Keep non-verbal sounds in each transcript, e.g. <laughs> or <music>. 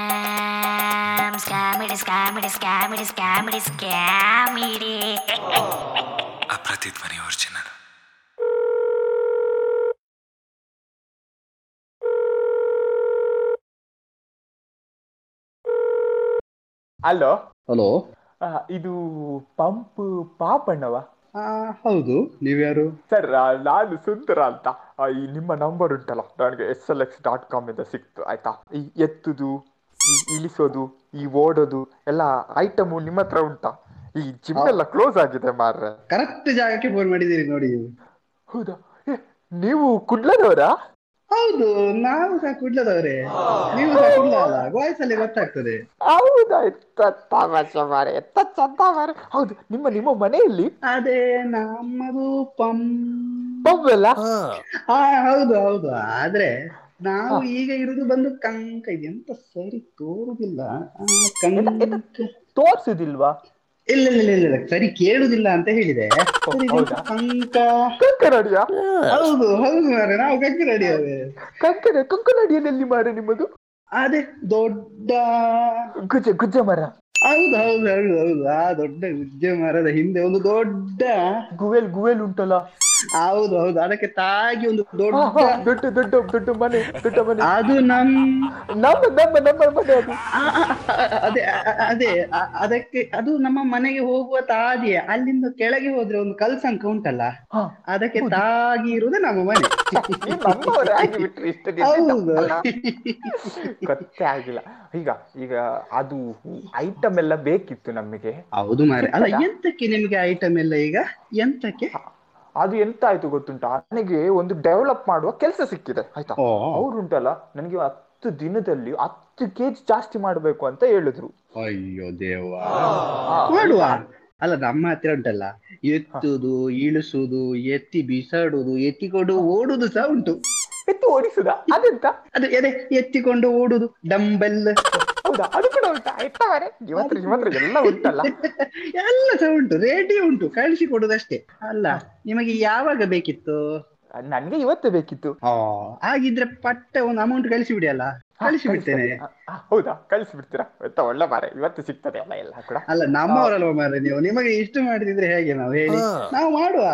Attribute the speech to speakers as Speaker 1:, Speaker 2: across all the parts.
Speaker 1: Scam, scam, it is scam, it is scam, it is scam, it is scam, it is.
Speaker 2: ಅಪ್ರತಿಧ್ವನಿ original
Speaker 3: ಅಲ್ಲೋ
Speaker 4: hello
Speaker 3: ಆ, ಇದು ಪಂಪ್ ಪಾಪಣ್ಣವ
Speaker 4: ಹೌದು ನೀವ್ಯಾರು
Speaker 3: ಸರ್ ಆ, ನಾನು ಸುಂದರ ಅಂತ ಆ, ಈ ನಿಮ್ಮ ನಂಬರ್ ಉಂಟಲ್ಲ ನನಗೆ S L X dot com ಇಂದ ಸಿಕ್ತು ಆಯ್ತಾ ಈ ಎತ್ತುದು ಈ ಇಳಿಸೋದು ಈ ಓಡೋದು ಎಲ್ಲ ಐಟಮು ನಿಮ್ಮ ಹತ್ರ ಉಂಟಾ ಈ ಜಿಮ್ ಎಲ್ಲ ಕ್ಲೋಸ್ ಆಗಿದೆ ಮಾರ್ರೆ
Speaker 4: ಕರೆಕ್ಟ್ ಜಾಗಕ್ಕೆ ಫೋನ್ ಮಾಡಿದ್ದೀರಿ ನೋಡಿ ನೀವು
Speaker 3: ಹೌದಾ ಏ, ನೀವು ಕುಡ್ಲದವರಾ
Speaker 4: ಹೌದು ನಾವು ಸಹ ಕುಡ್ಲದವ್ರೆ ನೀವು ಸಹ ಕುಡ್ಲ ಅಲ್ಲ ವಾಯ್ಸ್ ಅಲ್ಲಿ ಗೊತ್ತಾಗ್ತದೆ
Speaker 3: ಹೌದಾ ಎತ್ತ ತಮಾಷೆ ಮಾರೆ ಎತ್ತ ಚಂದ ಮಾರೆ ಹೌದು ನಿಮ್ಮ ನಿಮ್ಮ ಮನೆಯಲ್ಲಿ
Speaker 4: ಅದೇ ನಮ್ಮದು ಪಂ
Speaker 3: ಪಬ್ ಎಲ್ಲ
Speaker 4: ಆ ಹೌದು ಹೌದು ಆದ್ರೆ ನಾವು ಈಗ ಇರುದು ಬಂದು ಕಂಕ ಇದೆ ಎಂತ ಸರಿ ತೋರುದಿಲ್ಲ ಆ, ಕಂಕ
Speaker 3: ತೋರ್ಸುದಿಲ್ವಾ
Speaker 4: ಇಲ್ಲ ಇಲ್ಲ ಇಲ್ಲ, ಇಲ್ಲ ಇಲ್ಲ ಸರಿ ಕೇಳುದಿಲ್ಲ ಅಂತ ಹೇಳಿದೆ ಸರಿ, ಇದು
Speaker 3: ಹೌದಾ?
Speaker 4: ಕಂಕ
Speaker 3: ಕಂಕನಾಡಿಯಾ
Speaker 4: ಹೌದು ಹೌದು ಮಾರ್ರೆ, ನಾವು ಕಂಕ ರೆಡಿ
Speaker 3: ಕಂಕನ ಕಂಕನಾಡಿಯಲ್ಲಿ ಮಾರೆ ನಿಮ್ಮದು
Speaker 4: ಅದೇ ದೊಡ್ಡ
Speaker 3: ಗುಜ ಗುಜ ಮರ
Speaker 4: ಹೌದು ಹೌದು ಹೌದು ಹೌದು ಆ ದೊಡ್ಡ ಗುಜ್ಜೆ ಮರದ ಹಿಂದೆ ಒಂದು ದೊಡ್ಡ
Speaker 3: ಗುವೆಲ್ ಗುವೆಲ್ ಉಂಟಲ್ಲ
Speaker 4: ಹೌದು ಹೌದು ಅದಕ್ಕೆ ತಾಗಿ ಒಂದು
Speaker 3: ಆ,
Speaker 4: ದೊಡ್ಡ
Speaker 3: ಆ, ದೊಡ್ಡ ದೊಡ್ಡ ದೊಡ್ಡ ಮನೆ ದೊಡ್ಡ ಮನೆ
Speaker 4: ಅದು ನಮ್
Speaker 3: ನಮ್ಮ ನಮ್ಮ ನಮ್ಮ ಮನೆ ಅದು
Speaker 4: ಆ, ಆ, ಆ, ಅದೇ ಆ, ಆ, ಅದೇ ಆ, ಅದಕ್ಕೆ ಅದು ನಮ್ಮ ಮನೆಗೆ ಹೋಗುವ ತಾದಿಯೇ ಅಲ್ಲಿಂದ ಕೆಳಗೆ ಹೋದ್ರೆ ಒಂದು ಕಲ್ಸಂಕ ಉಂಟಲ್ಲ
Speaker 3: ಹಾ.
Speaker 4: ಅದಕ್ಕೆ ತಾಗಿ ಇರುವುದು ನಮ್ಮ ಮನೆ
Speaker 3: ಈ ನಮ್ಮವರೇ ಆಗಿಬಿಟ್ರಿ ಇಷ್ಟು ದಿನ.
Speaker 4: ಹೌದು
Speaker 3: ಗೊತ್ತೇ ಆಗಿಲ್ಲ ಈಗ ಈಗ ಅದು ಐಟಮ್ ಎಲ್ಲ ಬೇಕಿತ್ತು ನಮಗೆ
Speaker 4: ಹೌದು ಮಾರೆ ಅಲ್ಲ ಎಂತಕ್ಕೆ ನಿಮ್ಗೆ ಐಟಮ್ ಎಲ್ಲ ಈಗ ಎಂತಕ್ಕೆ
Speaker 3: ಅದು ಎಂತ ಆಯ್ತು ಗೊತ್ತುಂಟಾ ನನಗೆ ಒಂದು ಡೆವಲಪ್ ಮಾಡುವ ಕೆಲಸ ಸಿಕ್ಕಿದೆ ಆಯ್ತಾ
Speaker 4: ಓ.
Speaker 3: ಅವ್ರುಂಟಲ್ಲ ನನಗೆ ಹತ್ತು ದಿನದಲ್ಲಿ ಹತ್ತು ಕೆಜಿ ಜಾಸ್ತಿ ಮಾಡಬೇಕು ಅಂತ ಹೇಳಿದ್ರು
Speaker 4: ಅಯ್ಯೋ ದೇವಾ
Speaker 3: ಆ,
Speaker 4: ಮಾಡುವ ಅಲ್ಲ ನಮ್ಮ ಹತ್ರ ಉಂಟಲ್ಲ ಎತ್ತುದು ಇಳಿಸುದು ಎತ್ತಿ ಬಿಸಾಡುದು ಎತ್ತಿಕೊಂಡು ಓಡುದು ಸಹ ಉಂಟು
Speaker 3: ಎತ್ತು ಓಡಿಸುದ ಅದೆಂತ
Speaker 4: ಅದು ಅದೇ ಎತ್ತಿಕೊಂಡು ಓಡುದು ಡಂಬೆಲ್
Speaker 3: ಹೌದಾ ಅದು ಕೂಡ ಉಂಟಾ ಎತ್ತವರೆ ಇವತ್ತು ಇವತ್ತು ಎಲ್ಲ ಉಂಟಲ್ಲ
Speaker 4: <laughs> ಎಲ್ಲ ಸಹ ಉಂಟು ರೇಡಿ ಉಂಟು ಕಳಿಸಿ ಕೊಡುದಷ್ಟೇ ಅಲ್ಲ ನಿಮಗೆ ಯಾವಾಗ ಬೇಕಿತ್ತು
Speaker 3: ನನ್ಗೆ ಇವತ್ತು ಬೇಕಿತ್ತು
Speaker 4: ಆ, ಹಾಗಿದ್ರೆ ಪಟ್ಟ ಒಂದು ಅಮೌಂಟ್ ಕಳಿಸಿ ಬಿಡಿ ಅಲ್ಲ ಕಳಿಸಿ ಬಿಡ್ತೇನೆ
Speaker 3: ಆ, ಆ, ಹೌದಾ ಕಳಿಸಿ ಬಿಡ್ತೀರಾ ಆಯ್ತಾ ಒಳ್ಳೆ ಮಾರೆ ಇವತ್ತು ಸಿಗ್ತದೆ ಅಲ್ಲ ಎಲ್ಲ ಕೂಡ
Speaker 4: ಅಲ್ಲ ನಮ್ಮವರಲ್ವ ಮಾರ್ರೆ ನೀವು ನಿಮಗೆ ಇಷ್ಟು ಮಾಡಿದ್ರೆ ಹೇಗೆ ನಾವು ಹೇಳಿ ನಾವು ಮಾಡುವ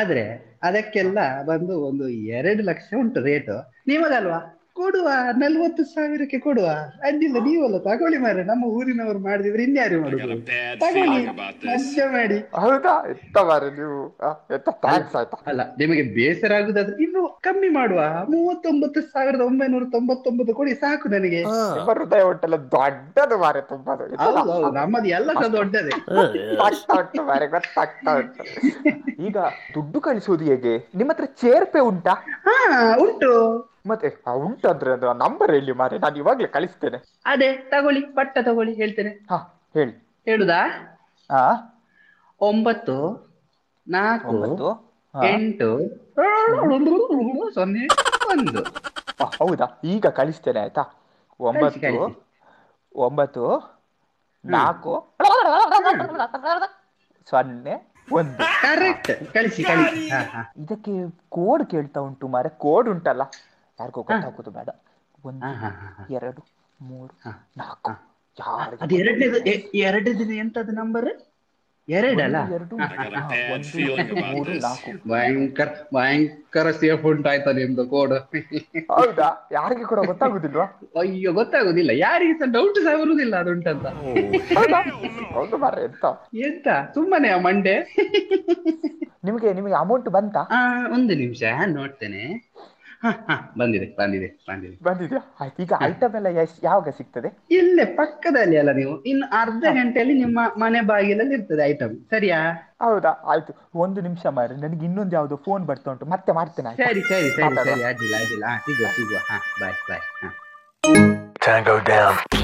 Speaker 4: ಆದ್ರೆ ಅದಕ್ಕೆಲ್ಲ ಬಂದು ಒಂದು ಎರಡು ಲಕ್ಷ ಉಂಟು ರೇಟ್ ನಿಮಗಲ್ವಾ ಕೊಡುವ ನಲ್ವತ್ತು ಸಾವಿರಕ್ಕೆ ಕೊಡುವ ಅಡ್ಡಿಲ್ಲ ನೀವಲ್ಲ ತಗೊಳ್ಳಿ ಮಾರ್ರೆ ನಮ್ಮ ಊರಿನವರು ಮಾಡಿದ್ರೆ ಇನ್ಯಾರು ಮಾಡುದು ತಗೊಳ್ಳಿ ಮಜ್ಜೆ ಮಾಡಿ
Speaker 3: ಹೌದಾ ಎತ್ತ ಮಾರೆ ನೀವು ಆ, ಎತ್ತ ಥ್ಯಾಂಕ್ಸ್ ಆಯ್ತಾ
Speaker 4: ಅಲ್ಲ ನಿಮಗೆ ಬೇಸರ ಆಗುದಾದ್ರೆ ಇನ್ನು ಕಮ್ಮಿ ಮಾಡುವ ಮೂವತ್ತೊಂಬತ್ತು ಸಾವಿರದ ಒಂಬೈನೂರ ತೊಂಬತ್ತೊಂಬತ್ತು ಕೊಡಿ ಸಾಕು ನನಗೆ
Speaker 3: ನಿಮ್ಮ ಹೃದಯ ಒಟ್ಟೆಲ್ಲ ದೊಡ್ಡದು ಮಾರೆ ತುಂಬಾ
Speaker 4: ಹೌದು ಹೌದು ನಮ್ಮದು ಎಲ್ಲ ಸಹ ದೊಡ್ಡದೇ
Speaker 3: ಗೊತ್ತಾಗ್ತಾ ಉಂಟು ಮಾರೆ ಗೊತ್ತಾಗ್ತಾ ಉಂಟು ಈಗ ದುಡ್ಡು ಕಳಿಸೋದು ಹೇಗೆ ನಿಮ್ಮ ಹತ್ರ ಚೇರ್ಪೆ ಉಂಟಾ
Speaker 4: ಹಾ ಉಂಟು
Speaker 3: ಮತ್ತೆ ಆ, ಉಂಟಂದ್ರೆ ಅದು ನಂಬರ್ ಹೇಳಿ ಮಾರೆ ನಾನು ಇವಾಗ್ಲೇ ಕಳಿಸ್ತೇನೆ
Speaker 4: ಅದೇ ತಗೊಳ್ಳಿ ಪಟ್ಟ ತಗೊಳ್ಳಿ ಹೇಳ್ತೇನೆ
Speaker 3: ಹಾ ಹೇಳಿ
Speaker 4: ಹೇಳುದಾ
Speaker 3: ಹಾ
Speaker 4: ಒಂಬತ್ತು ನಾಲ್ಕು
Speaker 3: ಒಂಬತ್ತು ಹಾ.
Speaker 4: ಎಂಟು ಸೊನ್ನೆ ಒಂದು
Speaker 3: ಆ, ಹೌದಾ ಈಗ ಕಳಿಸ್ತೇನೆ ಆಯ್ತಾ ಒಂಬತ್ತು
Speaker 4: ಕಳಿಸಿ.
Speaker 3: ಒಂಬತ್ತು ನಾಲ್ಕು ಸೊನ್ನೆ ಒಂದು
Speaker 4: ಕರೆಕ್ಟ್ ಕಳಿಸಿ ಕಳಿಸಿ ಹಾ, ಹಾ.
Speaker 3: ಇದಕ್ಕೆ ಕೋಡ್ ಕೇಳ್ತಾ ಉಂಟು ಮಾರೆ ಕೋಡ್ ಉಂಟಲ್ಲ ಯಾರಿಗೂ ಗೊತ್ತಾಗೋದು ಬೇಡ
Speaker 4: ಹಾ,
Speaker 3: ಒಂದು
Speaker 4: ಹಾ, ಹಾ, ಹಾ.
Speaker 3: ಎರಡು ಮೂರು
Speaker 4: ಹಾ.
Speaker 3: ನಾಲ್ಕು ಯಾರಿಗೆ
Speaker 4: ಅದು ಎರಡನೇ ಎರಡನೇ ದಿನ ಎಂತದ್ದು ನಂಬರ್ ಎರಡಲ್ಲ
Speaker 3: ಒಂದು, ಎರಡು
Speaker 4: ಹಾ,
Speaker 3: ಹಾ, ಒಂದು,
Speaker 4: <laughs>
Speaker 3: ಎರಡು, ಮೂರು ನಾಲ್ಕು
Speaker 4: ಭಯಂಕರ ಭಯಂಕರ ಸೇಫ್ ಉಂಟು ಆಯ್ತಾ ನಿಮ್ದು ಕೋಡ್
Speaker 3: ಹೌದಾ ಯಾರಿಗೆ ಕೂಡ ಗೊತ್ತಾಗುದಿಲ್ವಾ
Speaker 4: ಅಯ್ಯೋ ಗೊತ್ತಾಗುದಿಲ್ಲ ಯಾರಿಗೆ ಸಹ ಡೌಟ್ ಸಹ ಬರುದಿಲ್ಲ ಅದುಂಟಂತ
Speaker 3: ಹೌದಾ ಹೌದು ಮಾರ್ರೆ ಎಂತ
Speaker 4: ಎಂತ ಸುಮ್ಮನೆ ಮಂಡೆ
Speaker 3: ನಿಮಗೆ ನಿಮಗೆ ಅಮೌಂಟ್ ಬಂತಾ
Speaker 4: ಆ, ಒಂದು ನಿಮಿಷ ನೋಡ್ತೇನೆ ಹಾ ಹಾ ಬಂದಿದೆ ಬಂದಿದೆ ಬಂದಿದೆ
Speaker 3: ಬಂದಿದ್ಯಾ ಆಯ್ತು ಈಗ ಐಟಮ್ ಎಲ್ಲ ಎಷ್ಟ್- ಯಾವಾಗ ಸಿಗ್ತದೆ
Speaker 4: ಇಲ್ಲೇ ಪಕ್ಕದಲ್ಲಿ ಅಲ್ಲ ನೀವು ಇನ್ನು ಅರ್ಧ ಗಂಟೆಯಲ್ಲಿ ನಿಮ್ಮ ಮನೆ ಬಾಗಿಲಲ್ಲಿ ಇರ್ತದೆ ಐಟಮ್ ಸರಿಯಾ
Speaker 3: ಹೌದಾ ಆಯ್ತು ಒಂದು ನಿಮಿಷ ಮಾರಿ ನನಗೆ ಇನ್ನೊಂದು ಯಾವುದೋ ಫೋನ್ ಬರ್ತಾ ಉಂಟು ಮತ್ತೆ ಮಾಡ್ತೇನೆ ಆಯ್ತಾ?
Speaker 4: ಸರಿ ಸರಿ ಸರಿ
Speaker 3: ಮಾತಾಡುವ.
Speaker 4: ಸರಿ ಅಡ್ಡಿಲ್ಲ ಅಡ್ಡಿಲ್ಲ ಹಾ, ಸಿಗುವ ಸಿಗುವ ಹಾ ಬಾಯ್ ಬಾಯ್ ಹಾ
Speaker 2: Tango down.